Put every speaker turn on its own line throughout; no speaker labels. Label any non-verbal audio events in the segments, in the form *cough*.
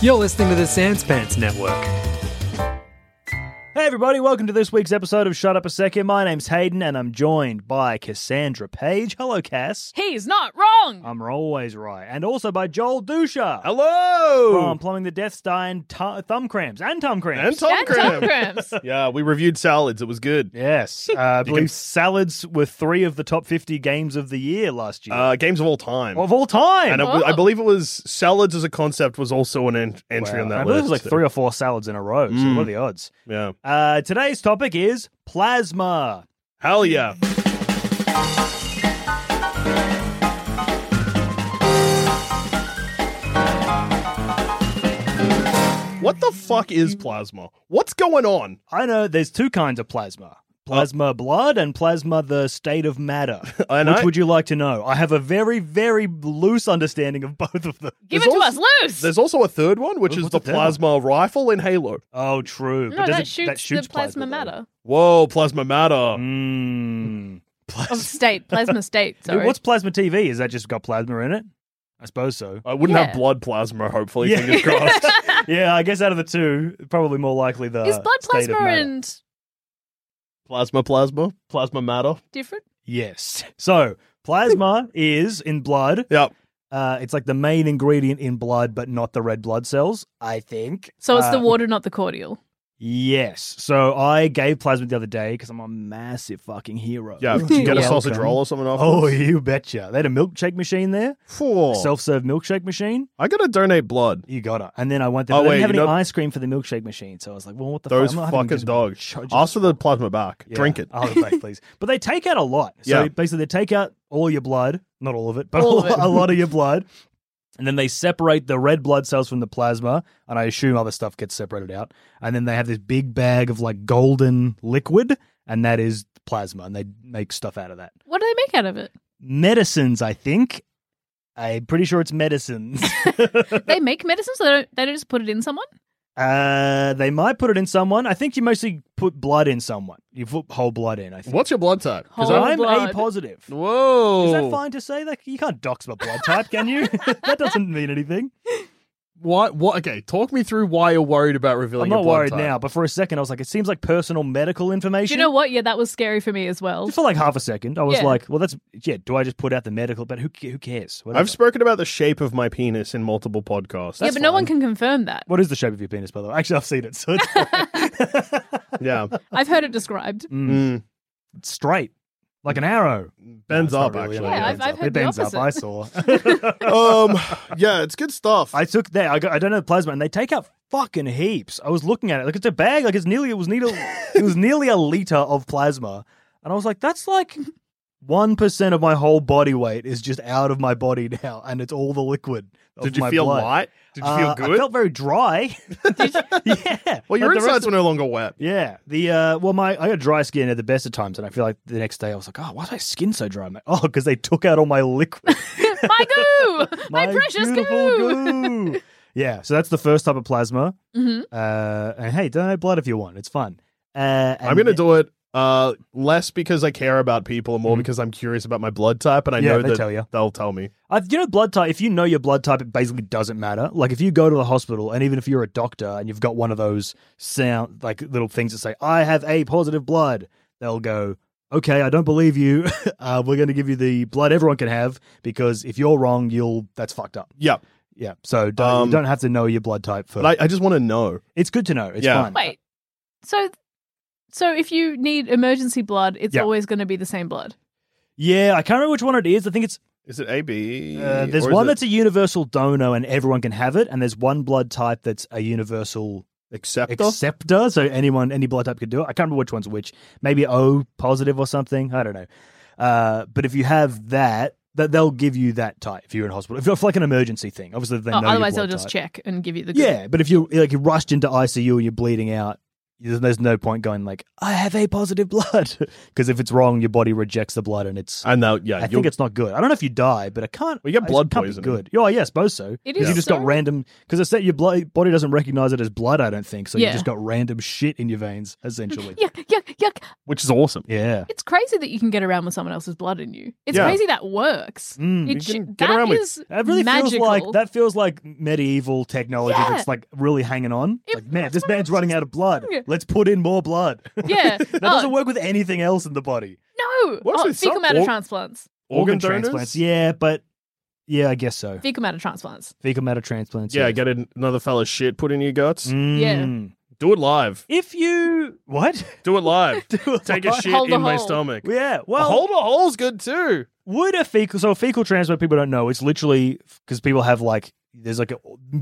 You're listening to the Sans Pants Network.
Hey everybody, welcome to this week's episode of Shut Up a Second. My name's Hayden and I'm joined by Cassandra Page. Hello, Cass.
He's not wrong.
I'm always right. And also by Joel Dusha.
Hello!
From Plumbing the Death Star and tu- Thumb Cramps. And Tom Cramps.
and Tom
and Tom
Cramp.
*laughs*
Cramps.
yeah, we reviewed salads. It was good. *laughs*
Yes. Uh, I believe salads were three of the top 50 games of the year last year.
Uh, games of all time.
of all time.
and it was- I believe it was salads as a concept was also an en- entry on that
I believe
list. Mm.
it was like
so-
three or four salads in a row. So what are the odds?
Yeah.
Uh, today's topic is plasma.
Hell yeah. What the fuck is plasma? What's going on?
I know there's two kinds of plasma. Plasma blood and plasma the state of matter.
I know.
Which would you like to know? I have a very, very loose understanding of *laughs* both of them.
Give it
There's
to us
also-
loose.
There's also a third one, which
What's
is
the
the
third one?
plasma rifle in Halo.
Oh, true.
no,
does it-
that shoots, the plasma,
though.
matter
*laughs*
Whoa, plasma matter.
Mm.
of state, plasma state. Sorry.
What's plasma TV? Is that just got plasma in it? I suppose
*laughs*
so. *laughs*
I wouldn't
Yeah.
have blood plasma, hopefully.
Yeah. *laughs*
Fingers crossed.
yeah, I guess out of the two, probably more likely the
is blood
state of
plasma
matter.
and
plasma, plasma, plasma matter.
different?
yes. So plasma is in blood.
Yep.
Uh, it's like the main ingredient in blood, but not the red blood cells. I think.
So it's the
Uh,
water, not the cordial.
Yes. So I gave plasma the other day because I'm a massive fucking hero. *laughs*
Yeah. Did you get a
Welcome.
sausage roll or something off?
Oh, you betcha. They had a milkshake machine there,
Four.
self serve milkshake machine.
I gotta donate blood.
You got it. And then I went there.
Oh,
but they
wait,
didn't have
you
any
know-
ice cream for the milkshake machine. So I was like, well, what the fuck?
Those
I'm not having
fucking
just-
dogs.
Ch- just-
Ask for the plasma back.
Yeah, Oh.
Drink it.
I'll have it back,
*laughs*
please. But they take out a lot. So
Yeah.
basically, they take out all your blood, not all of it, but
All of it.
a lot of your blood. And then they separate the red blood cells from the plasma. And I assume other stuff gets separated out. And then they have this big bag of like golden liquid, and that is plasma. And they make stuff out of that.
What do they make out
*laughs*
of it?
Medicines, I think. I'm pretty sure it's
*laughs*
medicines.
They make medicine, so they don't, they don't just put it in someone.
uh, they might put it in someone. I think you mostly put blood in someone. You put whole blood in, I think.
What's your blood type? 'Cause
Whole
I-
I'm
blood.
A positive.
Whoa.
Is that fine to say? Like you can't dox my blood type, can
*laughs*
you? that doesn't mean anything.
Why, what? Okay, talk me through why you're worried about revealing.
I'm
your
not
blood
worried
type.
now, but for a second I was like, it seems like personal medical
Do
information.
you know what? Yeah, that was scary for me as well.
Just for like half a second, I was
Yeah.
like, well, that's yeah. Do I just put out the medical? But who who cares? Whatever.
I've spoken about the shape of my penis in multiple podcasts.
yeah, but no one can confirm that.
what is the shape of your penis, by the way? Actually, I've seen it,
*laughs*
so it's fine.
yeah,
*laughs*
I've heard it described.
Mm,
Mm.
it's straight, like an arrow.
bends
No, it's
up
not really an
actually.
arrow,
Yeah,
it
I've-
bends
I've
up.
heard
it
the
bends up. I
opposite.
saw.
*laughs* um, yeah, it's good stuff.
I took that. I, got, I donated plasma, and they take out fucking heaps. I was looking at it like it's a bag. Like it's nearly it was
*laughs*
nearly it was nearly a liter of plasma, and I was like, that's like one percent of my whole body weight is just out of my body now, and it's all the liquid. of
Did you
my
feel
blood.
light? Did you feel
Uh,
good?
I felt very
*laughs*
dry. *laughs* yeah.
well, your
Like, the rest
insides
of-
were no longer wet.
yeah, the uh, well, my I got dry skin at the best of times, and I feel like the next day I was like, oh, why's my skin so dry? I'm like, *laughs* oh, because they took out all my liquid.
my goo, my, precious goo.
beautiful
*laughs*
goo. yeah, so that's the first type of plasma.
Mhm.
Uh, and hey, donate blood if you want. It's fun. Uh,
I'm going to do it uh, less because I care about people and more because I'm curious about my blood type and I
Mm-hmm. Yeah,
know
they
that
tell you.
they'll tell me.
I, uh, you know, blood type. If you know your blood type, it basically doesn't matter. Like if you go to the hospital, and even if you're a doctor and you've got one of those sound like little things that say "I have A positive blood," they'll go, "Okay, I don't believe you. *laughs* uh, we're going to give you the blood everyone can have because if you're wrong, you'll that's fucked up."
Yeah.
Yeah, so don't,
Um,
you don't have to know your blood type for.
But I, I just want to know.
it's good to know. It's
Yeah.
fun.
Wait, so so if you need emergency blood, it's
Yeah.
always going to be the same blood.
Yeah, I can't remember which one it is. I think it's
Is it AB?
uh, there's
or is
one
it
that's a universal donor and everyone can have it, and there's one blood type that's a universal
acceptor.
acceptor, so anyone any blood type can do it. I can't remember which one's which. Maybe O positive or something. I don't know. Uh, but if you have that, that they'll give you that type if you're in hospital. If you're for like an emergency thing, obviously they know.
Oh,
your
otherwise, they'll
blood
just
type.
check and give you the. Good.
Yeah, but if you like you're rushed into ICU and you're bleeding out, there's, there's no point going like I have A positive blood *laughs* because if it's wrong, your body rejects the blood and it's. I,
And now, yeah, you'll-
think it's not good. I don't know if you die, but I can't.
Well, you get
I- it
blood
can't be
poisoning.
Good. Oh, yeah, I suppose so.
It
'Cause
is
You just
so-
got random because I said your blood, body doesn't recognize it as blood. I don't think so. You
Yeah.
just got random shit in your veins
*laughs*
essentially.
Yuck, yuck, yuck.
which is awesome.
yeah.
It's crazy that you can get around with someone else's blood in you. It's
Yeah.
crazy that works.
Mm.
It
You can
j-
get
that
around with-
is
That really feels
magical.
like that feels like medieval technology
Yeah.
that's like really hanging on.
It-
like man,
that's
this
what I
man's
was
running
just
out of blood.
thinking.
Let's put in more blood. *laughs*
Yeah.
that
Oh.
doesn't work with anything else in the body.
No.
Works
Oh,
with some
fecal matter
or-
transplants.
Organ, donors?
transplants. Yeah, but yeah, I guess so.
Fecal matter transplants.
Fecal matter transplants.
Yeah,
yes.
get an- another fella's shit put in your guts.
Mm.
Do it live.
If you what? *laughs*
Do it live.
Do
Take a
what?
shit
Hold
in
a
my
hole.
stomach.
*laughs* Yeah. Well,
a hole to hole's good too.
would a fecal so a fecal transplant people don't know it's literally because people have like there's like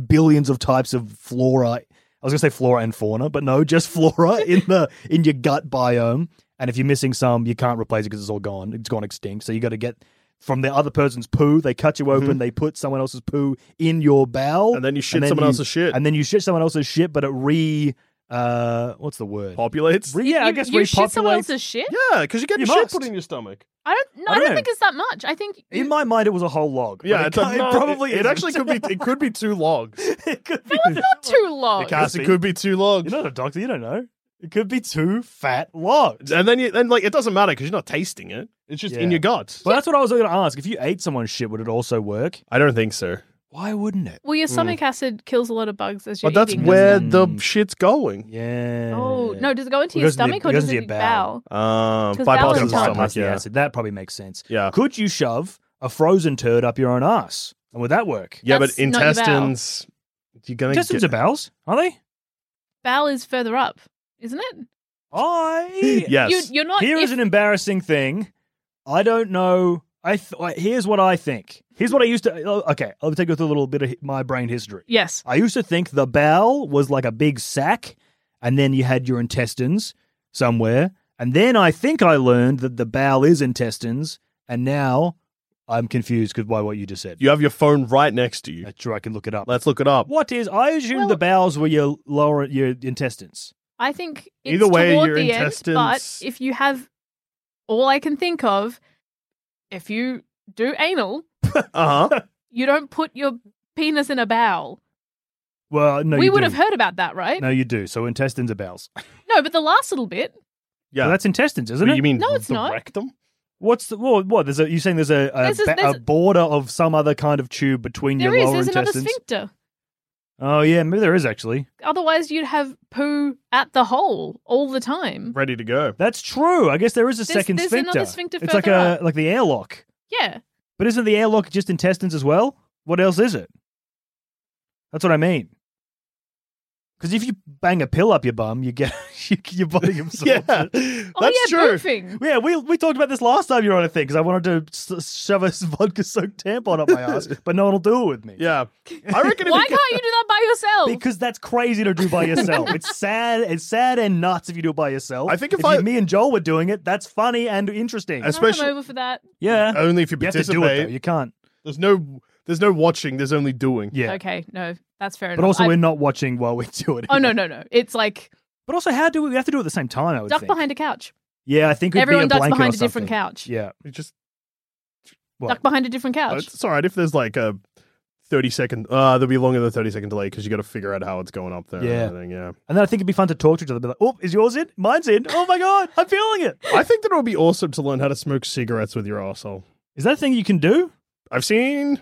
billions of types of flora i was gonna say flora and fauna but no just *laughs* flora in the in your gut biome and if you're missing some you can't replace it because it's all gone it's gone extinct so you got to get from the other person's poo they cut you open they put someone else's poo in your bowel
Mm-hmm. And then you shit someone else's shit.
and then you shit someone else's shit but it re uh what's the word
Populates.
Re- yeah
you,
i guess
you shit someone
repopulates.
else's shit.
yeah, because you get
You
your shit
must.
put in your stomach.
I don't. No,
I
I don't
know.
think it's that much. I think.
in my mind it was a whole log but
Yeah,
it,
it's a-
can't- it
no,
probably
it, it
isn't.
actually
*laughs*
could be. It could be two logs.
it could be
not too long.
Cass, it could be two logs.
You're not a doctor. You don't know. It could be two fat logs.
and then you, then like it doesn't matter because you're not tasting it. It's just in
Yeah.
your guts.
Well, that's what I was going to ask. If you ate someone's shit, would it also work?
I don't think so.
Why wouldn't it?
Well, your stomach acid kills a lot of bugs as you're
But that's
eating.
where
Mm.
the shit's going.
Yeah.
Oh no! Does it go into
It
your
goes into your-
stomach
it
or
goes
does
into
it
your bowel.
bow? 'Cause
Um,
that
bypass
was
the
a time.
stomach.
bypass the
Yeah.
acid. That probably makes sense.
Yeah.
Could you shove a frozen turd up your own ass? And would that work?
Yeah, but
That's not your bowel.
intestines. You're gonna
Intestines are
get,
bowels, are they?
Bowel is further up, isn't it?
*laughs* I
*laughs* Yes.
You, you're not.
Here
if-
is an embarrassing thing. I don't know. I th- I- here's what I think. Here's what I used to. oh, Okay, I'll take you through a little bit of hi- my brain history.
yes.
I used to think the bowel was like a big sack, and then you had your intestines somewhere. And then I think I learned that the bowel is intestines, and now I'm confused because by what you just said.
you have your phone right next to you.
I'm sure I can look it up.
Let's look it up.
What is? I assumed
Well-
the bowels were your lower your intestines.
I think it's
Either way,
toward
your
the end.
intestines-
But if you have, all I can think of, if you do anal,
*laughs*
Uh huh.
you don't put your penis in a bowel.
Well, no,
we
you
would
do.
have heard about that, right? No.
No, you do. So intestines are bowels.
but the last little bit.
Yeah.
So that's intestines, isn't
What,
it?
you mean
No, it's
the
not.
rectum?
What's the well, what? There's a you saying there's a a,
There's a-
ba- a
there's a-
border of some other kind of tube between
There
your
is.
lower
There's another
intestines.
sphincter.
Oh yeah, maybe there is actually.
Otherwise, you'd have poo at the hole all the time.
Ready to go.
That's true. I guess there is a
There's-
second
there's
sphincter.
another sphincter
it's like
further
a like the airlock.
Yeah.
But isn't the airlock just intestines as well? What else is it? That's what I mean. Because if you bang a pill up your bum, you get *laughs* you, your body absorbs
Yeah.
it.
*laughs* That's
Oh yeah,
true.
poofing.
Yeah, we we talked about this last time you were on a thing because I wanted to s- shove a *laughs* vodka soaked tampon up my ass, but no one will do it with me. *laughs*
Yeah. I reckon if
Why
you
can't you do that by yourself?
Because that's crazy to do by yourself. it's sad. It's sad and nuts if you do it by yourself.
I think if
you-
I-
me and Joel were doing it, that's funny and interesting.
As-
Can I come
especially-
over for that.
yeah,
only if you
You have to do it though.
participate.
You can't.
There's no there's no watching, there's only doing.
Yeah.
Okay, no, that's fair
But
enough.
also,
I-
we're *laughs* not watching while we do it.
Oh
either.
no, no, no. It's like
But also, how do we, we have to do it at the same time? I would
duck
think.
behind a couch.
Yeah, I think it'd
Everyone
be a
ducks
blanket or
behind a
something.
different couch.
Yeah.
It just
What?
Duck behind a different
uh,
couch.
it's alright if there's like a thirty second uh there'll be longer than thirty second delay because you gotta figure out how it's going up there
Yeah.
and everything, yeah.
And then I think it'd be fun to talk to each other. Be like, oh, is yours in? Mine's in. Oh my god, I'm feeling it.
I think that it would be awesome to learn how to smoke cigarettes with your asshole.
Is that a thing you can do?
I've seen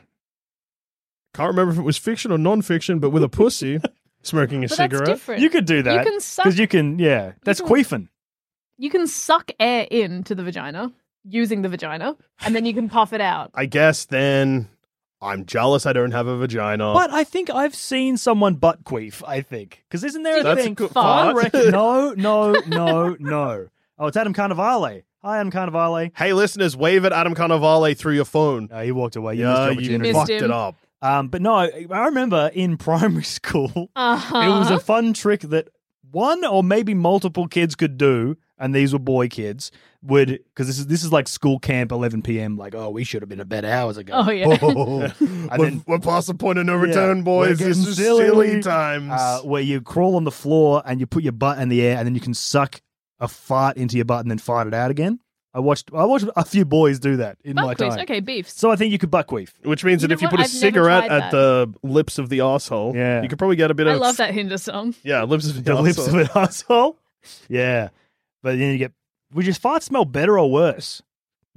can't remember if it was fiction or non fiction, but with a *laughs* pussy smoking a
but that's
cigarette.
different.
You could do that.
can suck-
because you can. Yeah, that's
can-
queefing.
You can suck air into the vagina using the vagina, and then you can puff it out.
I guess then I'm jealous I don't have a vagina.
But I think I've seen someone butt queef. I think because isn't there a
That's
*laughs*
a
thing?
good
I
fart.
reckon. No, no, no, no. Oh, it's Adam Carnivale. Hi, I'm Carnivale.
Hey, listeners, wave at Adam Carnivale through your phone.
No, he walked away. You
yeah,
missed the
Oh, you
opportunity.
Missed
fucked
him.
it up.
Um, but no, I I remember in *laughs* primary school,
Uh-huh.
it *laughs* was a fun trick that one or maybe multiple kids could do, and these were boy kids would because this is this is like school camp, 11 p.m. Like, oh, we should have been to bed hours ago.
Oh
*laughs*
yeah.
*laughs*
And
we're,
then-
we're past the point of no
Yeah,
return,
we're
boys. This
getting
is
silly.
silly, times.
Uh, where you crawl on the floor and you put your butt in the air, and then you can suck a fart into your butt and then fart it out again. I watched I watched a few boys do that in my
Buckwheat.
time.
Okay, beefs.
So I think you could buck queef.
Which means
You know
that if you
what?
put a
I've never
cigarette
tried
at the lips of the asshole,
Yeah.
you could probably get a bit
I
of
love that Hinder song.
Yeah, lips of the,
the lips of
asshole.
an
*laughs*
asshole. Yeah, but then you get. Would your fart smell better or worse?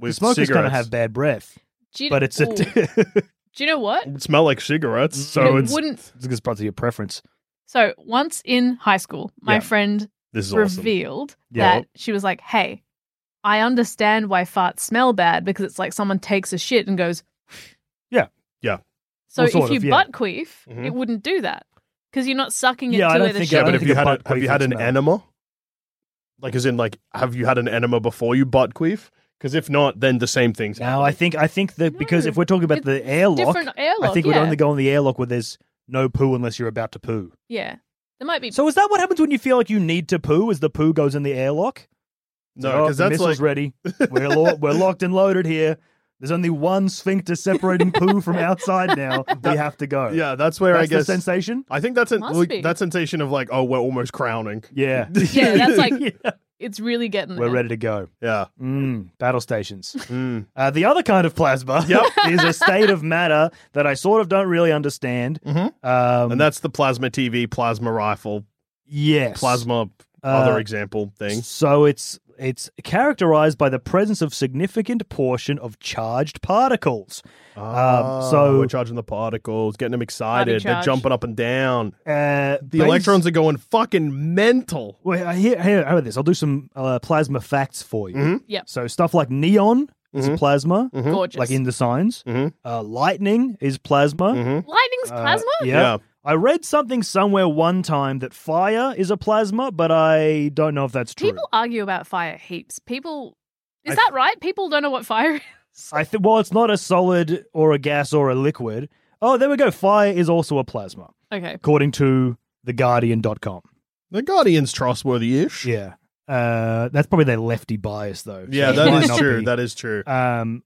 'Cause
with
smokers kind of
cigarettes.
have bad breath,
Do you,
but it's a.
Ooh.
*laughs* it's
Do you know
*laughs*
what?
It would smell like cigarettes,
It
so it's
wouldn't.
just part of your preference.
So once in high school, my
Yeah.
friend
this is awesome.
revealed
Yeah.
that she was like, "Hey, I understand why farts smell bad because it's like someone takes a shit and goes,
*sighs* Yeah.
Yeah.
So
Well,
if
sort
you
of, yeah. Mm-hmm.
butt queef,
Mhm.
it wouldn't do that because you're not sucking it
Yeah, I
to
don't
it. a
think-
shit.
I
Yeah, but
don't
if
think
you
a
had
butt
a, have
queef
you had
would
an
smell.
enema? Like, as in, like, have you had an enema before you butt queef? Because if not, then the same things.
Now I think I think that because
No,
if we're talking about
it's
the airlock,
different airlock.
I think
yeah.
we'd only go on the airlock where there's no poo unless you're about to poo.
yeah, there might be.
So is that what happens when you feel like you need to poo? Is the poo goes in the airlock? Oh,
no, because
the
that's
missile's
like *laughs*
ready. We're lo- we're locked and loaded here. There's only one sphincter
*laughs*
separating poo from outside now. we have to go.
yeah, that's where
that's
I guess
the sensation.
I think that's a,
Must
like,
be.
that sensation of like, oh, we're almost crowning. *laughs*
Yeah.
Yeah, that's like-
*laughs* Yeah.
It's really getting.
We're
there.
ready to go.
Yeah.
Mm, battle stations.
Mm.
Uh, the other kind of plasma *laughs*
Yep.
is a state of matter that I sort of don't really understand.
Mhm.
Um,
and that's the plasma TV, plasma rifle,
yes,
plasma
Uh,
other example thing.
So it's it's characterized by the presence of significant portion of charged particles. Um,
Ah,
so-
we're charging the particles, getting them excited. They're
charged.
jumping up and down.
Uh,
The electrons are going fucking mental.
Wait, I hear, here, how about this? I'll do some uh, plasma facts for you.
Mhm.
Yep.
So stuff like neon is
Mhm.
plasma,
Mhm.
Gorgeous.
Mm-hmm. like in the signs.
Mhm.
Uh, lightning is plasma.
Mm-hmm.
lightning's
Uh,
plasma.
yeah.
Yeah.
I read something somewhere one time that fire is a plasma, but I don't know if that's true.
People argue about fire heaps. People, is
I-
that right? People don't know what fire *laughs* is.
I think well, it's not a solid or a gas or a liquid. Oh, there we go. Fire is also a plasma,
Okay.
according to theguardian.com.
The Guardian's trustworthy-ish.
Yeah. Uh, that's probably their lefty bias though.
Yeah,
It
that
might
is
not
true.
be.
That is true.
Um,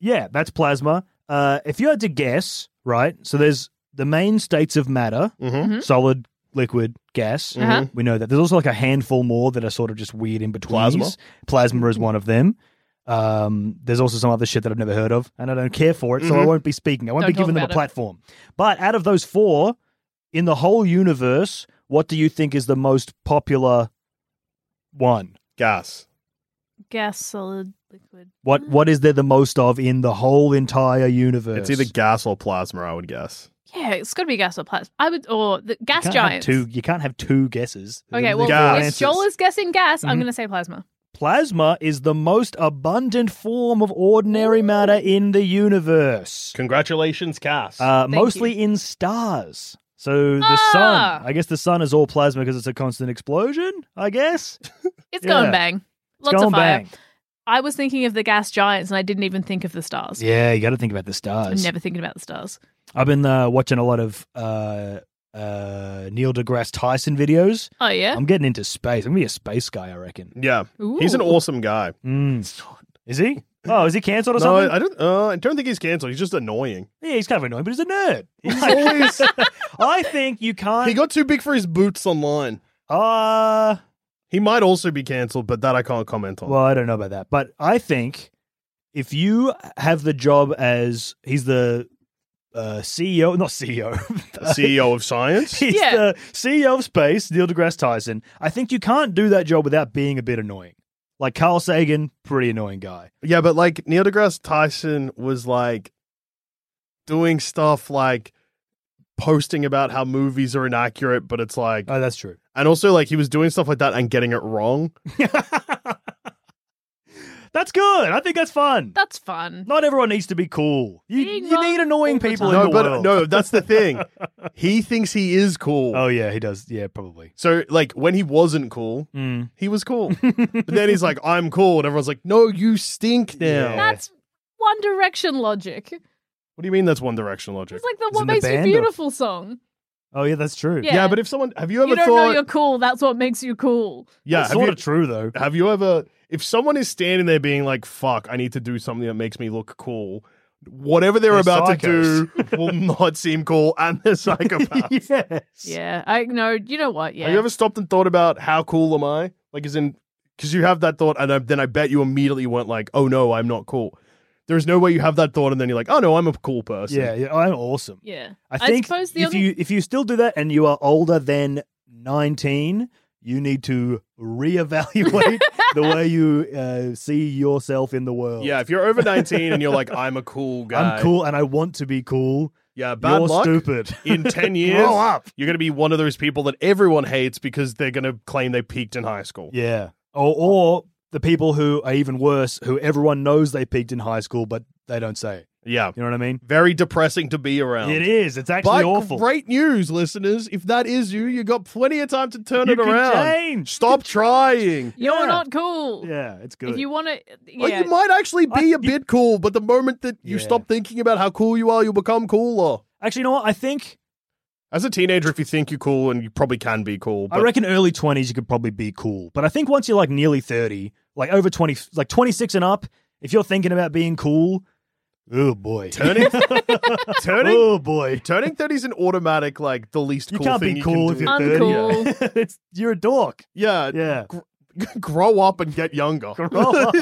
yeah, that's plasma. Uh, if you had to guess, right? So there's the main states of matter:
Mm-hmm.
Mhm.
solid, liquid, gas.
Uh-huh.
We know that. There's also like a handful more that are sort of just weird in between.
Plasma?
Plasma is one of them. Um, there's also some other shit that I've never heard of, and I don't care for it, so I
Mhm.
won't be speaking. I won't
Don't
be
talk
giving them a
about it.
platform. But out of those four, in the whole universe, what do you think is the most popular one?
Gas.
Gas, solid, liquid.
What what is there the most of in the whole entire universe?
It's either gas or plasma, I would guess.
Yeah, it's got to be gas or plasma. I would, or the
You
gas
can't have
giants.
Two, you can't have two guesses.
Okay, well,
Gas.
if Joel is guessing gas, I'm
Mhm.
going to say plasma.
Plasma is the most abundant form of ordinary matter in the universe.
Congratulations, gas.
Uh,
you.
mostly in stars. So the
Ah!
sun, I guess the sun is all plasma because it's a constant explosion, I guess. It's
It's
Yeah.
going bang. Lots
going
of fire.
bang.
I was thinking of the gas giants, and I didn't even think of the stars.
Yeah, you got to think about the
I'm
stars.
never thinking about the stars.
I've been uh, watching a lot of uh, uh, Neil deGrasse Tyson videos.
Oh yeah.
I'm getting into space. I'm going to be a space guy, I reckon.
yeah. He's an
Ooh.
awesome guy.
*laughs*
Mm. Is he? Oh, is he cancelled or
No,
something?
I, I don't. Uh, I don't think he's canceled. He's just annoying.
Yeah, he's kind of annoying, but he's a
*laughs*
nerd. He's
always-
*laughs* I think you can't.
He got too big for his boots online.
uh,
He might also be canceled, but that I can't comment on.
well, I don't know about that, but I think if you have the job as he's the uh, CEO, not CEO,
The CEO *laughs* of Science.
*laughs* he's
Yeah.
the CEO of space, Neil deGrasse Tyson. I think you can't do that job without being a bit annoying. Like Carl Sagan, pretty annoying guy.
yeah, but like Neil deGrasse Tyson was like doing stuff like posting about how movies are inaccurate, but it's like,
Oh, that's true. *laughs*
and also like he was doing stuff like that and getting it wrong.
that's That's good. I think that's fun.
That's fun.
Not everyone needs to be cool. You,
Being
you
wrong
need annoying
all the
people in
no,
the
but
world.
no, that's the thing.
*laughs*
he thinks he is cool.
Oh yeah, he does. Yeah, probably.
So like when he wasn't cool,
Mm.
he was cool.
*laughs*
but then he's like, I'm cool, and everyone's like, No, you stink now.
Yeah.
That's One Direction logic.
What do you mean that's One Direction logic?
It's like the
Isn't
What
the
Makes You
band or-
Beautiful song.
Oh yeah, that's true.
Yeah.
yeah. but if someone have you ever
You don't
thought
know you're cool. That's what makes you cool.
Yeah,
It's
have
sort
you,
of true though.
have you ever if someone is standing there being like, fuck, I need to do something that makes me look cool, whatever they're,
They're
about to do *laughs* will not seem cool and
*laughs*
they're psychopaths. *laughs*
yes.
Yeah. I know. You know what? Yeah.
Have you ever stopped and thought about how cool am I? Like, as in, because you have that thought, and I, then I bet you immediately went like, "Oh no, I'm not cool." There's no way you have that thought, and then you're like, "Oh no, I'm a cool person."
Yeah, yeah, I'm awesome.
yeah.
I
I
think
suppose the
if
only-
you if you still do that and you are older than 19, you need to
*laughs*
reevaluate the way you uh, see yourself in the world.
yeah. If you're over 19 and you're like, "I'm a cool guy,"
*laughs* I'm cool and I want to be cool.
Yeah, bad
You're
luck.
stupid. Oh,
In 10 years,
*laughs* Grow up.
you're going to be one of those people that everyone hates because they're going to claim they peaked in high school.
Yeah. Or, or the people who are even worse, who everyone knows they peaked in high school, but they don't say it.
Yeah.
You know what I mean?
Very depressing to be around.
It is. It's actually
But
awful.
great news, listeners. If that is you, you got plenty of time to turn
You
it
can
around.
change.
Stop trying.
You're
Yeah.
not cool.
Yeah, it's good. Oh,
If you want to,
Like,
yeah.
you might actually
I-
be a bit cool, but the moment that you
Yeah.
stop thinking about how cool you are, you'll become cooler.
actually, you know what? I think
As a teenager, if you think you're cool, and you probably can be cool, but
I reckon early 20s you could probably be cool. But I think once you're like nearly 30, like over 20, like 26 and up, if you're thinking about being cool, *laughs* oh boy.
turning, turning,
oh boy.
*laughs* turning thirty is an automatic like the least
You
cool
can't
thing
be
you
cool
can
if
do.
you're
I'm
30.
cool.
*laughs* it's, you're a dork.
yeah,
*laughs* Yeah.
*laughs* grow up and get younger.
Grow
*laughs*
up.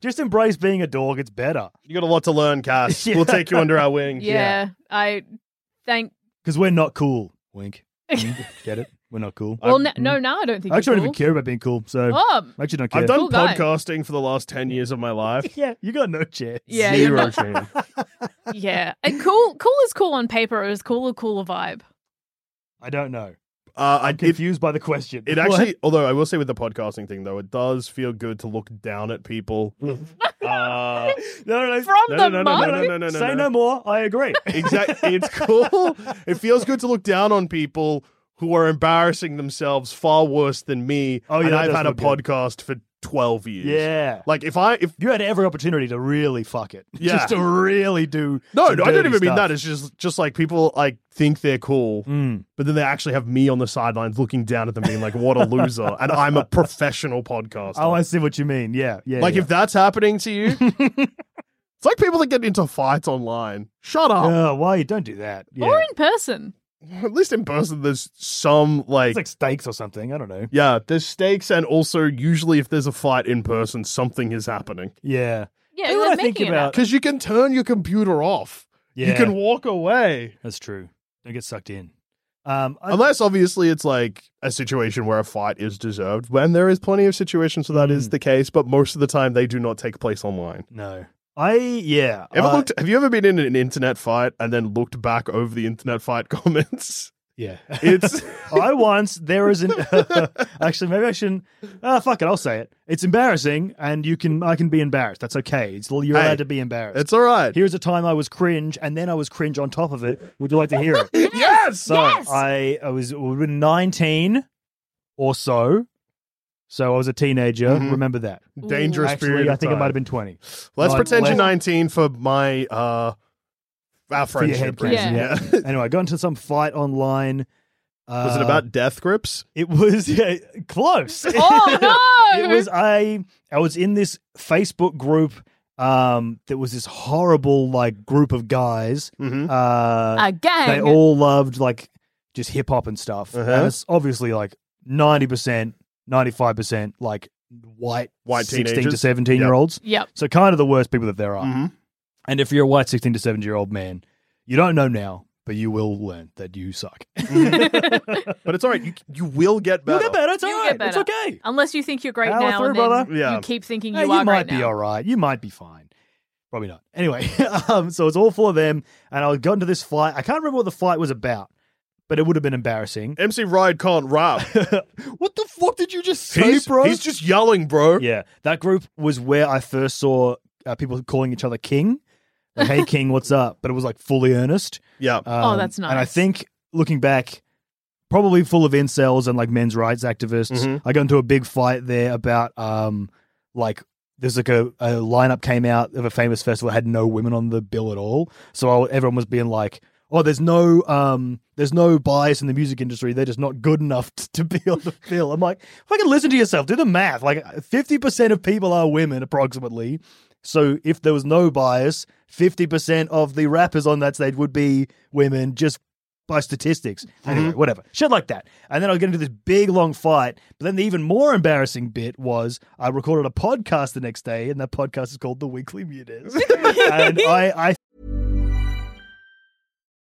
Just embrace being a dog. It's better.
You got a lot to learn,
*laughs*
Cass.
Yeah.
We'll take you under our wing.
yeah. I thank.
Because we're not cool.
*laughs*
Wink. Wink. Get it? We're not cool.
Well,
I'm-
no, no, now I don't think
I actually
you're
don't even
cool.
care about being cool. So
Oh,
I actually don't care.
I've done
Cool guy.
podcasting for the last ten years of my
*laughs*
life.
yeah, you got no chance.
yeah, you're
Zero
not-
chance.
yeah. And cool, cool is cool on paper. Is cool a cooler vibe?
I don't know.
Uh,
*laughs*
I
I'm
did.
confused by the question.
It actually, although I will say with the podcasting thing though, it does feel good to look down at
*laughs*
people. *laughs* uh,
What? no, no, no.
From
no,
the
no, no, no,
mud.
no, no, no, no,
Say
no.
no more. I
*laughs*
agree.
Exactly. It's cool. It feels good to look down on people who are embarrassing themselves far worse than me.
Oh, yeah,
and
that
I've
does
had a
feel good.
podcast for 12 years.
yeah.
Like if I if
You had every opportunity to really fuck it.
Yeah.
Just to really do.
no,
some
no I don't
dirty
even mean
stuff.
that. It's just just like people like think they're cool,
Mm.
but then they actually have me on the sidelines looking down at them being like, "What a loser!" and
*laughs*
I'm a professional podcaster.
Oh, I see what you mean. Yeah. Yeah.
like
yeah.
if that's happening to you,
*laughs*
it's like people that get into fights online. Shut up.
Oh, why? Don't do that. Yeah.
Or in person.
*laughs* At least in person, there's some
it's like steaks or something. I don't know.
Yeah, there's stakes, and also usually if there's a fight in person, something is happening
Yeah. You
Yeah,
know
they're
what I
making
think
it up.
because you can turn your computer off.
Yeah.
You can walk away,
That's true. Don't get sucked in. Um, I-
unless obviously it's like a situation where a fight is deserved. When there is plenty of situations where that is
Mm.
the case, but most of the time they do not take place online.
no. I yeah.
Ever
I-
looked? Have you ever been in an internet fight and then looked back over the internet fight *laughs* comments?
Yeah. *laughs*
It's *laughs*
I once there is an actually maybe I shouldn't. Ah, fuck it, I'll say it. It's embarrassing, and you can I can be embarrassed. That's okay. It's, you're
Hey,
allowed to be embarrassed.
it's all right.
Here's a time I was cringe, and then I was cringe on top of it. Would you like to hear
*laughs*
it?
yes.
So I I was we were 19 or so, so I was a teenager.
Mhm.
Remember that.
Dangerous period.
Actually, I
of
think it
time.
might have been
*laughs*
20.
Let's
Like,
pretend you're
let's-
19 for my uh our
For your head
friendship.
cancer,
reason.
yeah. anyway, I got into some fight online. Uh,
*laughs* Was it about death grips?
It was *laughs* yeah,
*laughs*
close.
Oh
*laughs*
no!
it was I I was in this Facebook group um that was this horrible like group of guys
Mm-hmm.
uh
a gang.
they all loved like just hip hop and stuff
Uh-huh.
and it's obviously like 90% 95% like white
White
16 to
teenagers.
17
Yep.
year olds
yep.
so kind of the worst people that there are and if you're a white 16 to 17 year old man you don't know now but you will learn that you suck *laughs*
But it's all right. You, you will get
Mm-hmm. you'll
better.
get better it's
You'll
all
get
right it's
better.
okay
Unless you think you're great
Power
now,
through,
and then
brother.
Yeah.
you keep thinking
Hey,
you are
might
great
be
now.
all right. You might be fine. Probably not. *laughs* Anyway, um, so it's all four of them, and I got into this fight. I can't remember what the fight was about, but it would have been embarrassing.
MC Ride can't rap.
*laughs* what the fuck did you just say,
he's,
bro?
he's just yelling, bro.
yeah, that group was where I first saw uh, people calling each other King. Like,
*laughs*
hey, King, what's up? But it was like fully earnest. Um,
Yeah.
Oh, that's
And I
nice.
think looking back, probably full of incels and like men's rights activists.
Mhm.
I got into a big fight there about um like there's like a, a lineup came out of a famous festival that had no women on the bill at all. So I, everyone was being like, "Oh, there's no um there's no bias in the music industry. They're just not good enough t- to be on the *laughs* bill." I'm like, "Fucking listen to yourself. Do the math. Like 50% of people are women approximately." So if there was no bias, 50% of the rappers on that stage would be women just by statistics. Anyway,
Mm-hmm.
whatever. Shit like that. And then I was getting into this big long fight. But then the even more embarrassing bit was I recorded a podcast the next day, and that podcast is called The Weekly
*laughs*
Munis. and I, I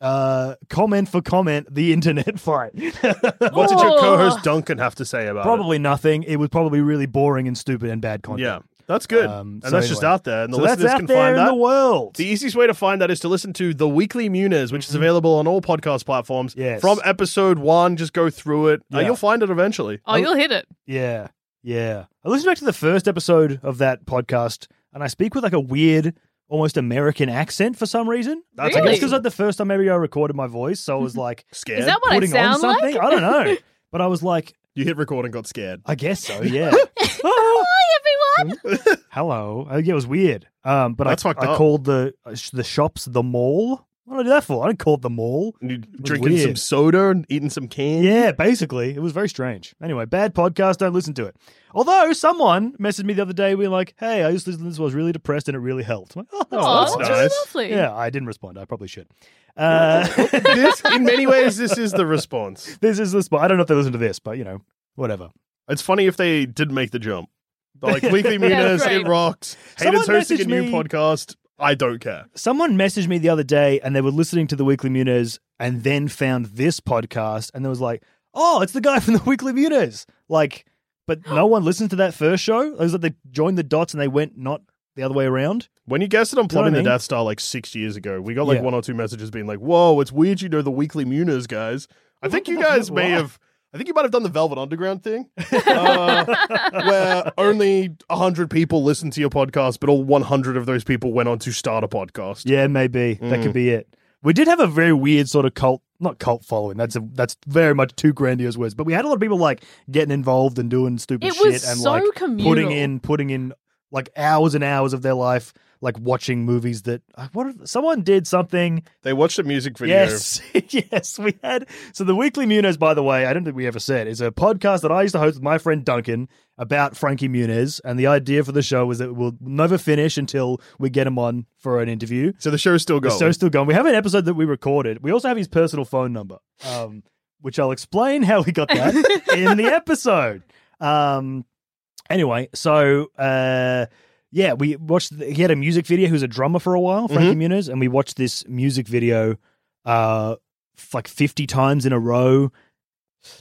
uh, comment for comment the internet *laughs* fight.
What did your
Oh.
co-host Duncan have to say about it?
probably nothing. It was probably really boring and stupid and bad content.
Yeah, that's good,
Um,
and
so
that's just
anyway.
out there, and the
so
listeners
that's out
can
there
find
in
that.
the world.
The easiest way to find that is to listen to the weekly Muniz, which is available on all podcast platforms.
Mm-hmm. Yes.
From episode one, just go through it. Uh,
Yeah.
you'll find it eventually.
Oh, you'll hit it.
Yeah. Yeah. I listened back to the first episode of that podcast and I speak with like a weird, almost American accent for some reason. I
That's
guess
Really?
because like the first time maybe I recorded my voice, so I
*laughs*
was like
Scared.
Is that what I
putting on
sound like?
something. I don't
*laughs*
know. But I was like,
you hit record and got scared?
I guess so,
*laughs*
yeah. Oh.
Hi, everyone.
Hello. Uh, yeah, it was weird. Um, but
That's
I,
fucked
I
up.
called the uh, sh- the shops the mall. What did I do that for? I didn't call it the mall.
And you
was
drinking some
weird.
soda and eating some candy?
Yeah, basically. It was very strange. Anyway, bad podcast. Don't listen to it. Although someone messaged me the other day, we were like, hey, I used to listen to this. I was really depressed and it really helped. I'm like, oh, that's
Aw,
that's
that's
nice.
lovely.
Yeah, I didn't respond. I probably should. Uh,
*laughs*
*laughs*
this, in many ways, this is the response.
this is the spot. I don't know if they listen to this, but you know, whatever.
It's funny if they did make the jump.
*laughs*
They're Like weekly Muniz,
right.
it rocks.
Someone
Hayden's hosting a
messaged
new
me-
podcast. I don't care.
Someone messaged me the other day and they were listening to the Weekly Muniz and then found this podcast and there was like, oh, it's the guy from the Weekly Muniz. Like, but
*gasps*
no one listened to that first show. It was like they joined the dots and they went not the other way around.
When you guessed it
You know
on
what I
plumbing
mean?
the Death Star like six years ago, we got like
Yeah.
one or two messages being like, "Whoa, it's weird you know the Weekly Muniz guys." I think
*laughs*
you guys may
What?
have. I think you might have done the Velvet Underground
*laughs*
thing, uh, where only hundred people listened to your podcast, but all one hundred of those people went on to start a podcast.
Yeah, maybe that could be it. We did have a very weird sort of cult, not cult following. That's a, that's very much two grandiose words. But we had a lot of people like getting involved and doing stupid
It
shit
was
and
so
like putting
communal.
in putting in like hours and hours of their life, like watching movies that like, what if- someone did something.
They watched a music video.
Yes, *laughs* yes, we had. So the Weekly Muniz, by the way, I don't think we ever said, is a podcast that I used to host with my friend Duncan about Frankie Muniz, and the idea for the show was that we'll never finish until we get him on for an interview.
So the show's still
The
going.
show's still gone. We have an episode that we recorded. We also have his personal phone number. Um, which I'll explain how we got that in the episode. Um, anyway, so uh, yeah, we watched. The, he had a music video. He was a drummer for a while, Frankie
Mm-hmm.
Muniz, and we watched this music video uh, f- like fifty times in a row.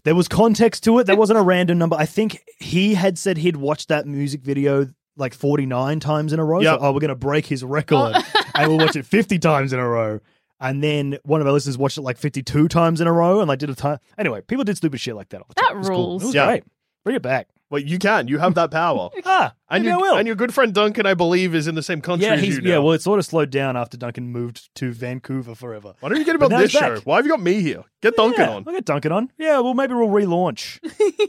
There was context to it. There wasn't a random number. I think he had said he'd watched that music video like 49 times in a row.
Yep. Oh.
So, oh, we're going to break his record
*laughs*
and we'll watch it 50 times in a row. And then one of our listeners watched it like 52 times in a row and like did a time. Anyway, people did stupid shit like that all the time.
That
It was cool.
rules.
It was
Yeah.
great. Bring it back.
Well, you can. You have
*laughs*
that power.
Ah,
and,
maybe
your,
I will.
and your good friend Duncan, I believe, is in the same country
yeah,
as
he's,
you now.
yeah, well, it sort of slowed down after Duncan moved to Vancouver forever.
Why don't you get
But
about
now
this
he's
show?
back.
Why have you got me here? Get Duncan
yeah,
on.
I'll get Duncan on. Yeah, well, maybe we'll relaunch.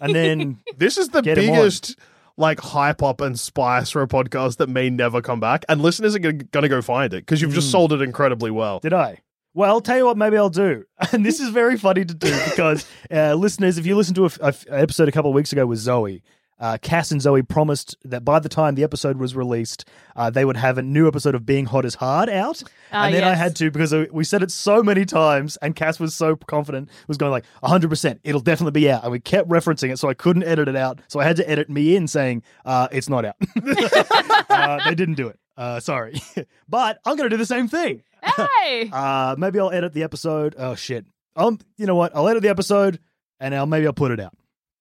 and then
This is the
Get him on.
biggest like hype up and spice for a podcast that may never come back, and listeners are going to go find it because you've
Mm.
just sold it incredibly well.
Did I? Well, tell you what, maybe I'll do. *laughs* And this is very funny to do
*laughs*
because uh, listeners, if you listened to a f- a f- an episode a couple of weeks ago with Zoe, uh, Cass and Zoe promised that by the time the episode was released, uh, they would have a new episode of Being Hot is Hard out.
Ah,
and then I
yes.
had to because we said it so many times, and Cass was so confident, was going like 100%, it'll definitely be out. And we kept referencing it, so I couldn't edit it out. So I had to edit me in saying, uh, it's
*laughs*
not out. *laughs* uh, they didn't do it. Uh, sorry. *laughs* but I'm going to do the same thing.
Hey!
Uh, maybe I'll edit the episode. Oh shit. Um, you know what? I'll edit the episode and I'll maybe I'll put it out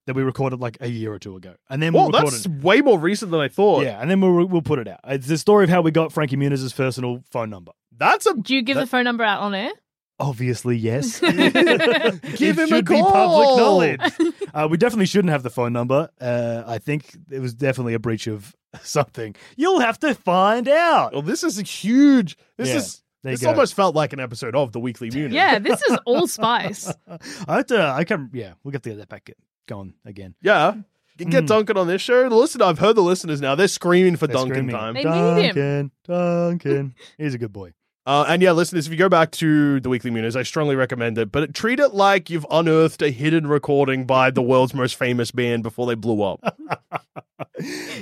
that we recorded like a year or two ago, and then we'll
Well,
record
that's
it.
way more recent than I thought.
Yeah, and then we'll we'll put it out. It's the story of how we got Frankie Muniz's personal phone number.
That's a
Do you give the phone number out on air?
Obviously, yes.
*laughs* Give
Give
him
it
a
should be public
call. *laughs*
knowledge. Uh, we definitely shouldn't have the phone number. Uh, I think it was definitely a breach of *laughs* something. You'll have to find out.
*laughs* Well, this is a huge. This
Yeah,
is.
there you
This
go.
almost felt like an episode of the Weekly Munich.
Yeah, this is all spice.
*laughs* I have to. I can. Yeah, we'll get to get that back going again.
Yeah. G- Get
Mm.
Duncan on this show. Listen, I've heard the listeners now. They're screaming for
They're
Duncan
screaming.
time.
They need him.
Duncan, Duncan. He's a good boy.
Uh, and yeah, listeners, if you go back to the Weekly Muniz, I strongly recommend it. But treat it like you've unearthed a hidden recording by the world's most famous band before they blew up.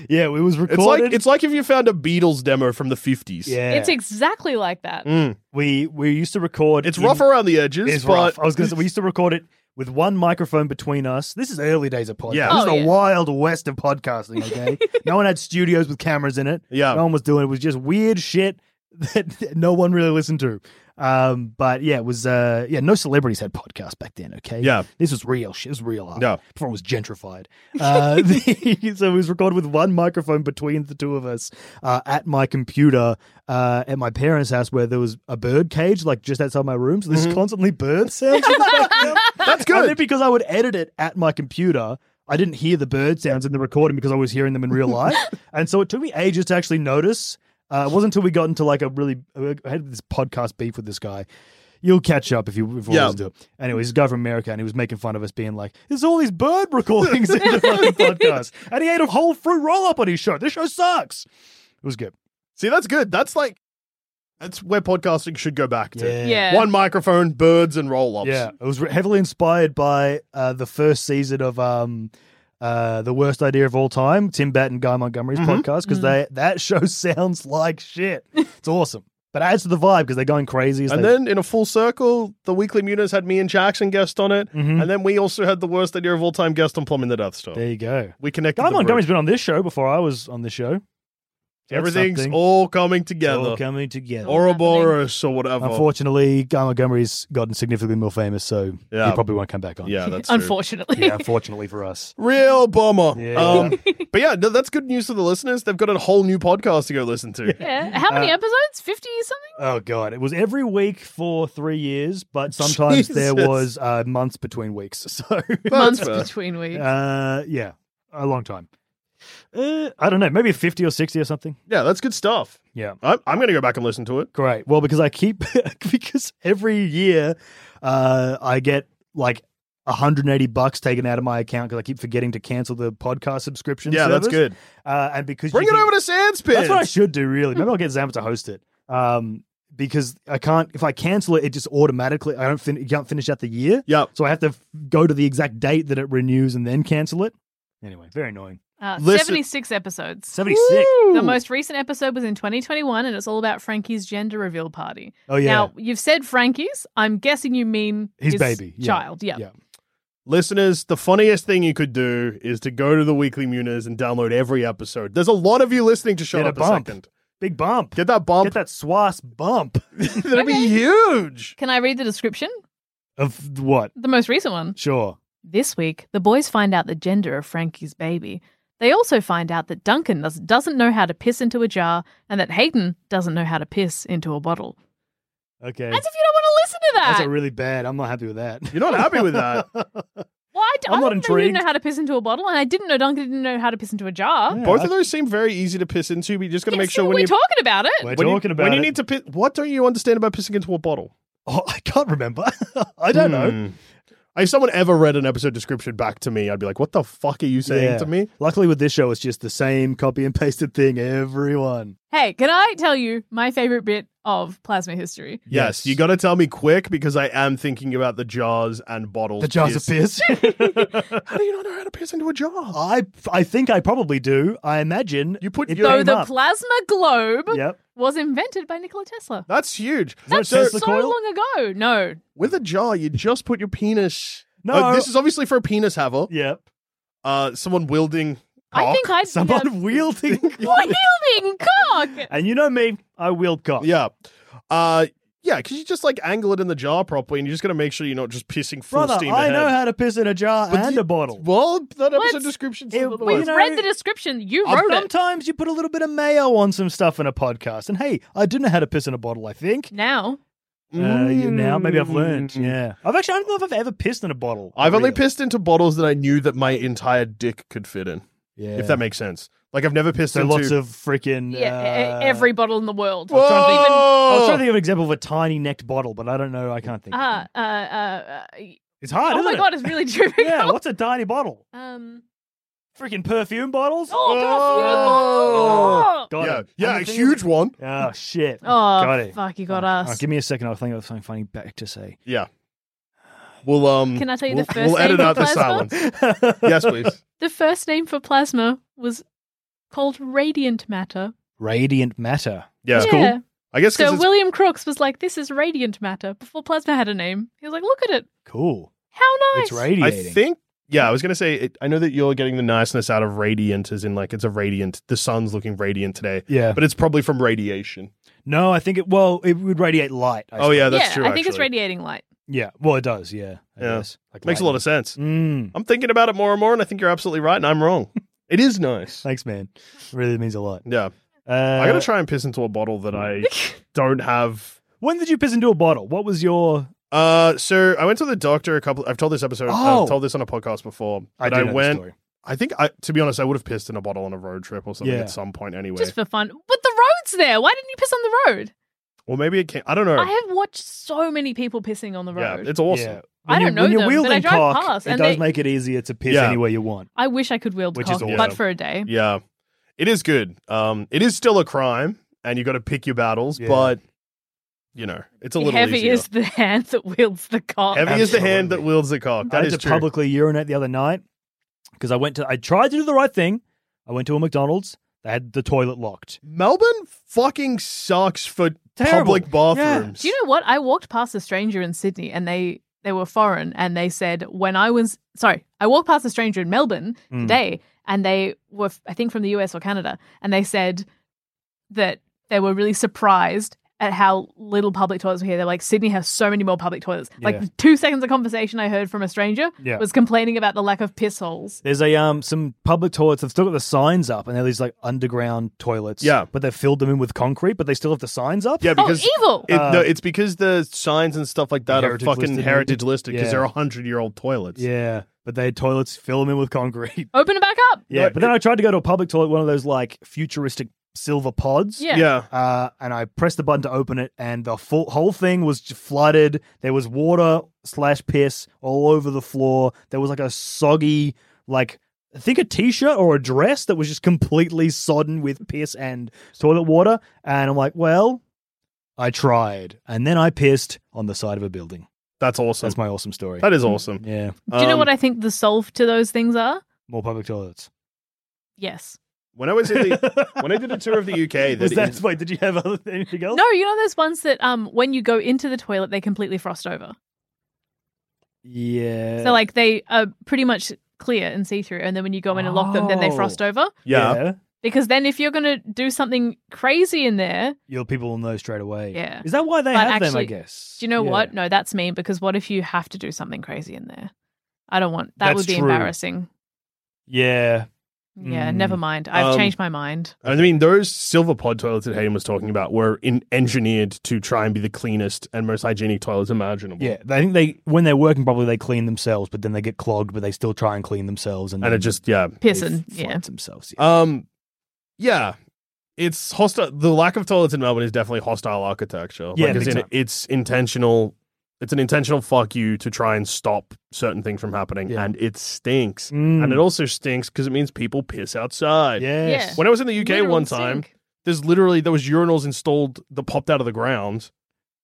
Yeah, it was
It's like
recorded.
it's like if you found a Beatles demo from the fifties.
yeah,
It's exactly like that.
Mm.
we we used to record.
It's
in-
rough around the edges,
It's
but
rough. I was gonna say we used to record it with one microphone between us. This is early days of podcasting.
Yeah.
this
Oh,
is the
yeah.
wild west of podcasting.
*laughs*
Okay, no one had studios with cameras in it.
Yeah.
no one was doing it. It was just weird shit *laughs* that no one really listened to. Um, but yeah, it was uh, yeah, no celebrities had podcasts back then. Okay,
Yeah.
this was real shit. It was real art.
Yeah.
before it was gentrified. Uh, *laughs* the- so it was recorded with one microphone between the two of us uh, at my computer uh, at my parents' house where there was a bird cage like just outside my room. So there's constantly bird sounds. in the background.
that's
And
good.
then because I would edit it at my computer, I didn't hear the bird sounds in the recording because I was hearing them in real
*laughs*
life. and so it took me ages to actually notice. Uh, it wasn't until we got into like a really, I had this podcast beef with this guy. You'll catch up if you if
Yeah.
yeah. do it. Anyway, he's a guy from America and he was making fun of us being like, there's all these bird recordings in the
*laughs*
fucking podcast. And he ate a whole fruit roll up on his show. This show sucks. It was good.
See, that's good. That's like that's where podcasting should go back to.
Yeah.
Yeah.
One microphone, birds, and roll ups.
Yeah, it was re- heavily inspired by uh, the first season of um, uh, the worst idea of all time, Tim Bat and Guy Montgomery's
Mm-hmm.
podcast, because they that *laughs* show sounds like shit. It's awesome, but it adds to the vibe because they're going crazy. As
And
they-
then in a full circle, the Weekly Muniz had me and Jackson guest on it.
Mm-hmm.
And then we also had the worst idea of all time guest on Plumbing the Death Star.
there you go.
We connected.
Guy
the
Montgomery's
group.
been on this show before I was on this show. So that's
Everything's
something.
all coming together.
All coming together.
All
Ouroboros or whatever.
Unfortunately, Guy Montgomery's gotten significantly more famous, so
Yeah.
he probably won't come back on.
yeah,
*laughs*
that's true.
Unfortunately.
yeah, *laughs* unfortunately for us.
Real bummer.
Yeah. *laughs*
Um, but yeah, no, that's good news for the listeners. They've got a whole new podcast to go listen to. *laughs*
Yeah. How
Uh,
many episodes? 50 something?
Oh god, it was every week for three years, but
*laughs*
sometimes there
Jesus.
was uh, months between weeks. *laughs* So
That's
Months
fair.
between weeks.
uh, yeah, a long time. Uh, I don't know, maybe fifty or sixty or something.
Yeah, that's good stuff.
Yeah,
I'm, I'm going to go back and listen to it.
great. Well, because I keep *laughs* because every year uh, I get like. 180 bucks taken out of my account because I keep forgetting to cancel the podcast subscription.
Yeah, that's
service.
good.
Uh, and because
Bring
you
it
can-
over to Sandspin.
That's what I should do, really. Maybe I'll get Zamba to host it. Um, because I can't, if I cancel it, it just automatically, I don't fin- you can't finish out the year.
Yep.
So I have to f- go to the exact date that it renews and then cancel it. Anyway, very annoying.
Uh,
listen-
76 episodes.
76.
The most recent episode was in 2021, and it's all about Frankie's gender reveal party.
Oh, yeah.
Now, you've said Frankie's. I'm guessing you mean
His baby, yeah.
child. Yeah.
Yeah.
Listeners, the funniest thing you could do is to go to the Weekly Muniz and download every episode. There's a lot of you listening to Shut
Get a
Up
bump.
a Second.
Big bump.
Get that bump.
Get that swas bump.
*laughs* That'll be huge.
Can I read the description?
Of what?
The most recent one.
Sure.
This week, the boys find out the gender of Frankie's baby. They also find out that Duncan does- doesn't know how to piss into a jar and that Hayden doesn't know how to piss into a bottle.
Okay.
As if you don't want to listen to that.
That's a really bad. I'm not happy with that.
You're not happy with that.
well, I, d- I
I'm not
didn't know you didn't
intrigued.
know how to piss into a bottle, and I didn't know Duncan didn't know how to piss into a jar.
Yeah,
Both
I-
of those seem very easy to piss into, but you just got to
Yeah,
make
see,
sure when
we're
you
talking about it.
We're
when you-
talking about
when you
it.
need to piss. What don't you understand about pissing into a bottle?
*laughs* Oh, I can't remember. *laughs* I don't know.
Hmm. If someone ever read an episode description back to me, I'd be like, "What the fuck are you saying
Yeah.
to me?"
Luckily, with this show, it's just the same copy and pasted thing. Everyone.
Hey, can I tell you my favorite bit of plasma history?
Yes, you got to tell me quick because I am thinking about the jars and bottles.
the jars of piss. *laughs*
*laughs*
How do you not know how to piss into a jar?
I I think I probably do. I imagine
You put
it
your-
So
came
the
up.
plasma globe
Yep.
was invented by Nikola Tesla.
That's huge.
That's
So,
so
Tesla coil?
long ago. No,
*laughs*
with a jar, you just put your penis.
No.
Uh, this is obviously for a penis haver.
Yep.
Uh, someone wielding.
I *laughs* think
cock. *laughs*
I'd
Someone
never-
wielding.
wielding cock.
and you know me, I wield cock.
Yeah. Uh, yeah, because you just like angle it in the jar properly, and you're just gonna make sure you're not just pissing full
Brother,
steam
I
ahead.
know how to piss in a jar
But
and
you-
a bottle.
Well, that episode
Let's-
description
It-
said
*laughs*
otherwise.
well,
We've
you know-
read the description. You
I've-
wrote it.
Sometimes you put a little bit of mayo on some stuff in a podcast, and hey, I do know how to piss in a bottle. I think.
Now,
Uh, you now maybe I've
Mm.
learned. Yeah, I've actually I don't know if I've ever pissed in a bottle.
I've only
really.
pissed into bottles that I knew that my entire dick could fit in,
Yeah.
if that makes sense. Like I've never pissed
so
into
lots of freaking.
yeah,
uh,
e- every bottle in the world.
Whoa!
I was trying to think of an example of a tiny necked bottle, but I don't know. I can't think.
Uh,
of
uh,
one.
uh, uh,
It's hard.
oh
isn't it?
my god, it's really *laughs* difficult.
yeah. What's a tiny bottle?
Um,
Freaking perfume bottles.
oh, perfume.
Got
yeah,
it.
yeah,
I'm
a
thinking-
huge one.
Oh shit.
Oh,
got it.
fuck, you got
Oh,
us.
oh, give me a second. I'll think of something funny back to say.
Yeah. We'll um.
Can I tell you the
we'll,
first
We'll
name
edit
of
out the
plasma?
silence. yes, please.
*laughs* the first name for plasma was called radiant matter.
Radiant matter.
Yeah,
yeah.
I guess
So
because
William Crooks was like, "This is radiant matter." Before plasma had a name, he was like, "Look at it.
Cool.
How nice."
It's radiating.
I think. Yeah, I was gonna say. It, I know that you're getting the niceness out of radiant, as in like it's a radiant. The sun's looking radiant today,
Yeah.
but it's probably from radiation.
No, I think it. Well, it would radiate light. I
Oh yeah, that's
yeah,
true.
I think it's
actually.
radiating light.
Yeah. Well, it does. Yeah. I
Yeah.
guess. Like
Makes a lot of sense.
Mm.
I'm thinking about it more and more, and I think you're absolutely right, and I'm
*laughs*
wrong. it is nice.
Thanks, man. Really means a lot.
Yeah,
Uh,
I gotta try and piss into a bottle
*laughs*
that I don't have.
When did you piss into a bottle? What was your?
Uh, so I went to the doctor a couple. I've told this episode.
Oh.
I've told this on a podcast before. But
do
I,
know the
went.
story.
I think I, to be honest, I would have pissed in a bottle on a road trip or something
Yeah.
at some point anyway.
Just for fun. But the road's there. Why didn't you piss on the road?
Or maybe it came. I don't know.
I have watched so many people pissing on the
Oh. yeah,
road.
it's awesome.
Yeah.
I
When
don't
you're-
know
When you're
them, but I
wielding
drive
cock,
past
it
and
does
they-
make it easier to piss
Yeah.
anywhere you want.
I wish I could wield
Which is
cock,
awesome.
but for a day.
Yeah, it is good. Um, it is still a crime, and you got to pick your babattles.
Yeah.
But you know, it's a little
Heavy
easier.
is the *laughs* hand that wields the cock.
Heavy is the hand
Absolutely.
that wields the cock.
I
That
had
is
to
true.
publicly urinate the other night because I went to. I tried to do the right thing. I went to a McDonald's. They had the toilet locked.
Melbourne fucking sucks for
Terrible.
public bathrooms.
Do you know what? I walked past a stranger in Sydney and they they were foreign and they said when I was sorry, I walked past a stranger in Melbourne
Hmm.
Mm.
today and they were I think from the US or Canada and they said that they were really surprised at how little public toilets were here. They're like Sydney has so many more public toilets.
Yeah.
Like 2 seconds of conversation I heard from a stranger
Yeah.
was complaining about the lack of piss holes.
There's a um some public toilets that have still got the signs up, and they're these like underground toilets.
Yeah.
but they've filled them in with concrete, but they still have the signs up.
Yeah, because
oh, evil.
It,
Uh,
no, it's because the signs and stuff like that are
Heritage
fucking
listed, maybe?
heritage listed because
Yeah.
they're hundred year old toilets.
yeah, but they had toilets fill them in with
*laughs*
concrete.
Open it back up.
Yeah,
Like-
but then I tried to go to a public toilet, one of those like futuristic silver pods.
Yeah.
Uh, and I pressed the button to open it, and the full, whole thing was j- flooded. There was water slash piss all over the floor. There was like a soggy, like I think a t-shirt or a dress that was just completely sodden with piss and toilet water. And I'm like, well, I tried, and then I pissed on the side of a building.
that's awesome.
That's my awesome story.
that is awesome.
yeah,
Do you know
Um,
what I think the solve to those things are?
more public toilets.
Yes.
when I was
*laughs*
in the when I did a tour of the UK,
Was
that
that
is-
wait? Did you have other anything else?
No, you know those ones that um when you go into the toilet they completely frost over.
Yeah.
So like they are pretty much clear and see through, and then when you go in and lock them, then they frost
Oh.
over.
Yeah.
Because then if you're gonna do something crazy in there,
Your people will know straight away.
Yeah.
Is that why they
But
have them? I
actually,
guess.
do you know
Yeah.
what? No, that's mean because what if you have to do something crazy in there? I don't want that
That's
would be
true.
embarrassing.
Yeah.
Yeah,
Mm.
never mind. I've
Um,
changed my mind.
I mean, those silver pod toilets that Hayden was talking about were in- engineered to try and be the cleanest and most hygienic toilets imaginable.
Yeah, I think they when they're working properly, they clean themselves, but then they get clogged, but they still try and clean themselves, and
And
then
it just, yeah.
they
Pissing.
flood
Yeah.
themselves. Yeah.
Um, yeah. It's hostile. The lack of toilets in Melbourne is definitely hostile architecture.
Yeah,
like, as
big
in,
time.
it's intentional. It's an intentional fuck you to try and stop certain things from happening,
Yeah.
and it stinks.
Mm.
And it also stinks because it means people piss outside.
yes.
Yeah.
When I was in the UK
Literal
one time,
sink.
there's literally there was urinals installed that popped out of the ground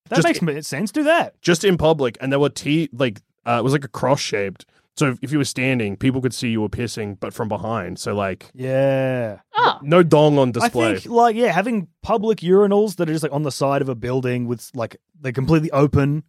that
Just-
makes m- sense. Do that.
just in public, and there were T like uh, it was like a cross shaped. So if, if you were standing, people could see you were pissing, but from behind. So like
Yeah.
Oh,
no dong on display.
I think like yeah, having public urinals that are just like on the side of a building with like they're completely open,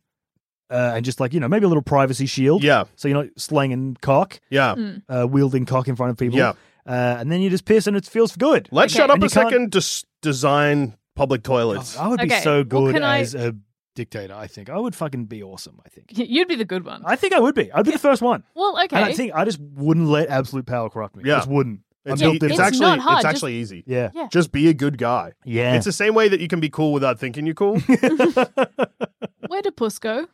uh, and just like you know maybe a little privacy shield.
yeah,
So you're not slanging cock,
yeah.
uh, wielding cock in front of people.
Yeah.
Uh, and then you just piss and it feels good.
Let's
Okay.
shut up
And
a
you can't-
second. Just design public
Oh,
toilets.
I would be
Okay,
so
well,
good
can I-
as a dictator. I think I would fucking be awesome. I think.
you'd be the good one.
I think I would be. I'd be the first one.
well, okay.
And I think I just wouldn't let absolute power corrupt me.
Yeah.
Just wouldn't. I'm
It's,
Yeah,
e-
built
it's,
in.
It's not
actually
hard,
it's
just-
actually easy.
yeah.
Yeah.
Just be a good guy.
Yeah.
It's the same way that you can be cool without thinking
*laughs*
you're cool.
Where did puss go?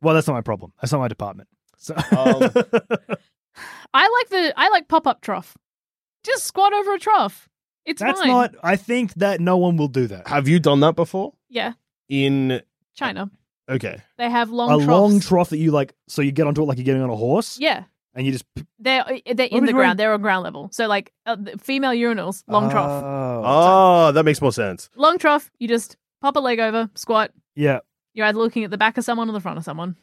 well, that's not my problem. That's not my department. So
*laughs*
*laughs*
Um,
I like the I like pop up trough. Just squat over a trough. It's
that's
mine.
not. I think that no one will do that.
Have you done that before?
Yeah,
In
China.
okay,
They have long
a
troughs.
long trough that you like. So you get onto it like you're getting on a horse,
yeah,
and you just
they're they're
What was
in the
your-
ground. They're on ground level. So like uh, the female urinals, long trough.
Oh.
oh, that makes more sense.
Long trough. You just pop a leg over, squat.
Yeah,
You're either looking at the back of someone or the front of someone.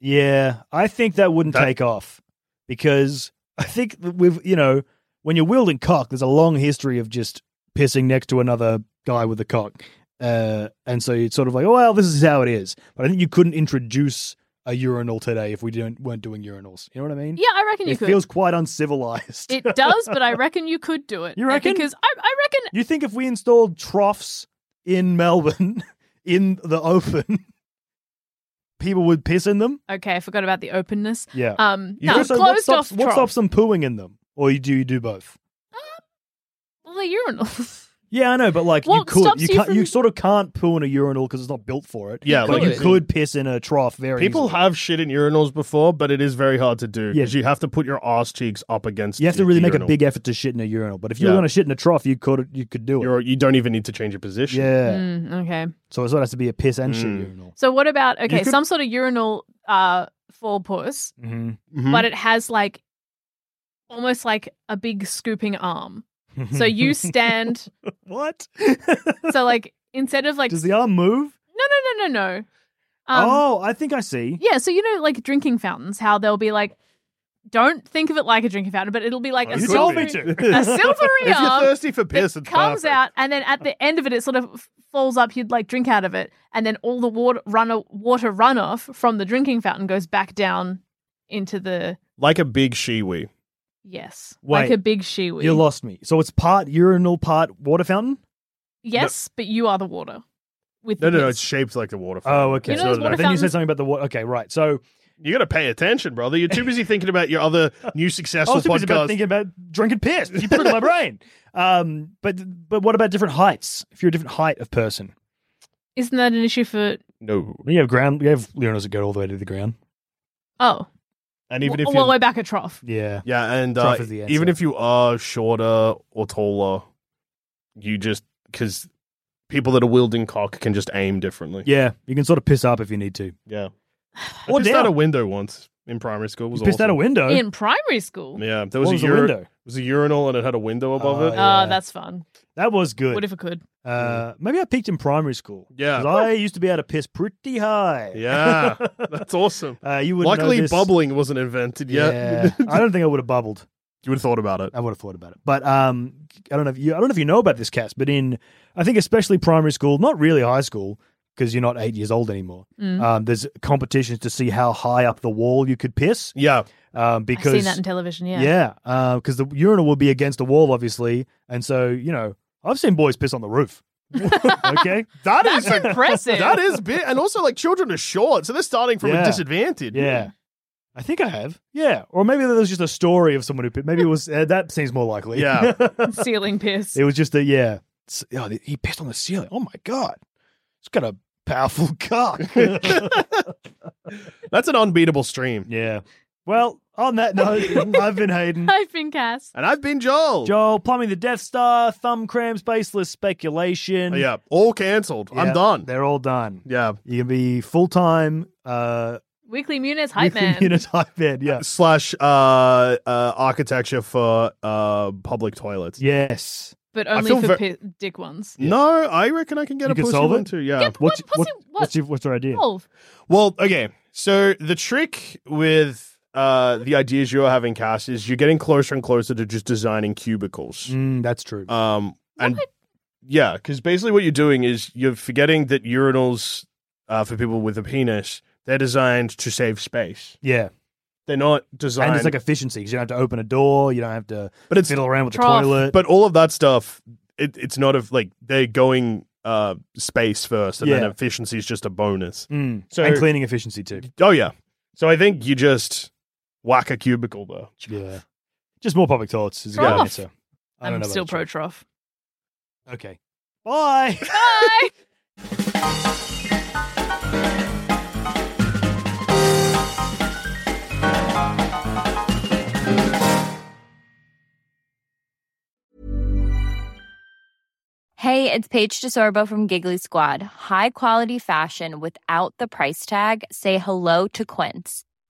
yeah. I think that wouldn't
That-
take off because I think that we've you know when you're wielding cock, there's a long history of just pissing next to another guy with a cock, uh, and so it's sort of like, oh well, this is how it is. But I think you couldn't introduce a urinal today if we didn't weren't doing urinals. You know what I mean?
Yeah, I reckon you
it
could.
feels quite uncivilized.
It does,
*laughs*
but I reckon you could do it.
You reckon?
Because I, I reckon
You think if we installed troughs in Melbourne, *laughs* in the open, *laughs* people would piss in them?
Okay, I forgot about the openness.
Yeah.
Um,
You
no, closed
could-
so what stops,
off.
what
trough.
stops them pooing in them? Or you do you do both?
Well, the urinals.
Yeah, I know, but like you
What
could,
stops
you
you
can't, you
from-
sort of can't poo in a urinal because it's not built for it.
Yeah,
but
like-
you could piss in a trough very.
People
easily.
have shit in urinals before, but it is very hard to do because
Yeah.
you have to put your ass cheeks up against.
you have to
the
really make a
urinal.
big effort to shit in a urinal. But if you were
Yeah.
going to shit in a trough, you could you could do it.
You're, you don't even need to change your position.
yeah,
*laughs* Mm, okay.
so it sort of has to be a piss and shit
Mm.
urinal.
So what about okay,
could-
some sort of urinal uh for puss,
Mhm.
but it has like almost like a big scooping arm.
*laughs*
*laughs*
So you stand *laughs*
what?
so like instead of like
Does the arm move?
No no no no no. Um
oh, I think I see.
yeah, so you know like drinking fountains, how they'll be like don't think of it like a drinking fountain, but it'll be like
Oh,
a
it could
silvery,
be.
*laughs*
a silvery
*laughs* If you're
arm
thirsty for
that
piss, it's
comes
perfect.
out, and then at the end of it, it sort of f- falls up. You'd like drink out of it, and then all the water run uh, water runoff from the drinking fountain goes back down into the
like a big shiwi.
yes, like
Wait.
a big shiwi.
You lost me. So it's part urinal, part water fountain.
yes, but you are the water. With
No,
the
no, no.
piss.
It's shaped like the waterfall.
Oh, okay.
You know those
So
water
then you said
fountains-
something about the water. Okay, right. So
you got to pay attention, brother. You're too busy thinking about your other new
*laughs* I
successful
was too busy about
podcast.
thinking about drinking piss. You put it in my
*laughs*
brain. Um, but but what about different heights? If you're a different height of person,
isn't that an issue for
no,
you have ground. You have urinals that go all the way to the ground.
oh
and even if
well,
you're,
we're back at trough.
Yeah.
yeah, and uh,
Trough is the answer.
even if you are shorter or taller, you just because people that are wielding cock can just aim differently.
Yeah, you can sort of piss up if you need to.
yeah. I
Or
pissed out a
down.
window once in primary school. It
You
was
pissed out a
awesome.
window.
In primary school,
Yeah, there was
What
a,
was the
uri-
window?
It was a urinal and it had a window above
Oh,
it.
oh,
yeah.
that's fun.
That was
What
good.
if it could?
uh, maybe I peaked in primary school.
Yeah.
'Cause I used to be able to piss pretty high. *laughs*
Yeah, that's awesome.
Oh, Uh, you would
Luckily, bubbling wasn't invented yet. *laughs*
I don't think I would have bubbled.
you would have thought about it.
I would have thought about it, but um, I don't know if you I don't know if you know about this, Cass, but in I think especially primary school, not really high school, because you're not eight years old anymore.
Mm.
Um, there's competitions to see how high up the wall you could piss.
Yeah.
Um, because
I've seen that in television. Yeah.
yeah, because the urinal will be against the wall, obviously, and so you know I've seen boys piss on the
*laughs*
roof. okay,
That *laughs*
That's
is
impressive.
That is big. And also, like, children are short, so they're starting from
Yeah.
a disadvantage.
yeah, I think I have. Yeah, or maybe there was just a story of someone who pi- maybe it was uh, that seems more likely. *laughs*
Yeah.
Ceiling piss. *laughs*
it was just a yeah. S- oh, th- he pissed on the ceiling. Oh my god, it's got a powerful *laughs* cock.
That's an unbeatable stream.
yeah. Well, on that *laughs* note, I've been Hayden.
I've been cast.
And I've been Joel.
Joel, plumbing the Death Star, thumb cramps, baseless speculation.
Oh, yeah. All cancelled. I'm
Yeah,
done.
They're all done.
Yeah.
You can be full time uh
Weekly Muniz hype
weekly *laughs*
man.
Unit hype man. Yeah.
Slash uh, uh, architecture for uh, public toilets.
Yes.
but
I
only
feel
for
ver-
pi- dick ones.
No, I reckon I can get
You
a
can
pussy
solve
one
it?
too. Yeah.
Yeah, but what,
What-
pussy, what,
What's your what's your idea?
Oh,
Well, okay. So the trick with uh, the ideas you're having, Cass, is you're getting closer and closer to just designing cubicles.
Mm, that's true.
Um, and yeah, because basically what you're doing is you're forgetting that urinals uh, for people with a penis they're designed to save space.
yeah.
They're not
And
designed,
it's like efficiency 'cause you don't have to open a door, you don't have to
but it's
fiddle around with
Trough.
the toilet.
but all of that stuff. It, it's not of like they're going uh, space first, and
Yeah.
then efficiency is just a bonus.
Mm.
So-
and cleaning efficiency too.
Oh yeah. So I think you just whack a cubicle though.
Yeah. Just more public toilets is a good
Trough.
answer. I don't
I'm
know about
still
the
pro
trough.
trough.
Okay. Bye.
Bye.
Hey, it's Paige DeSorbo from Giggly Squad. High quality fashion without the price tag. Say hello to Quince.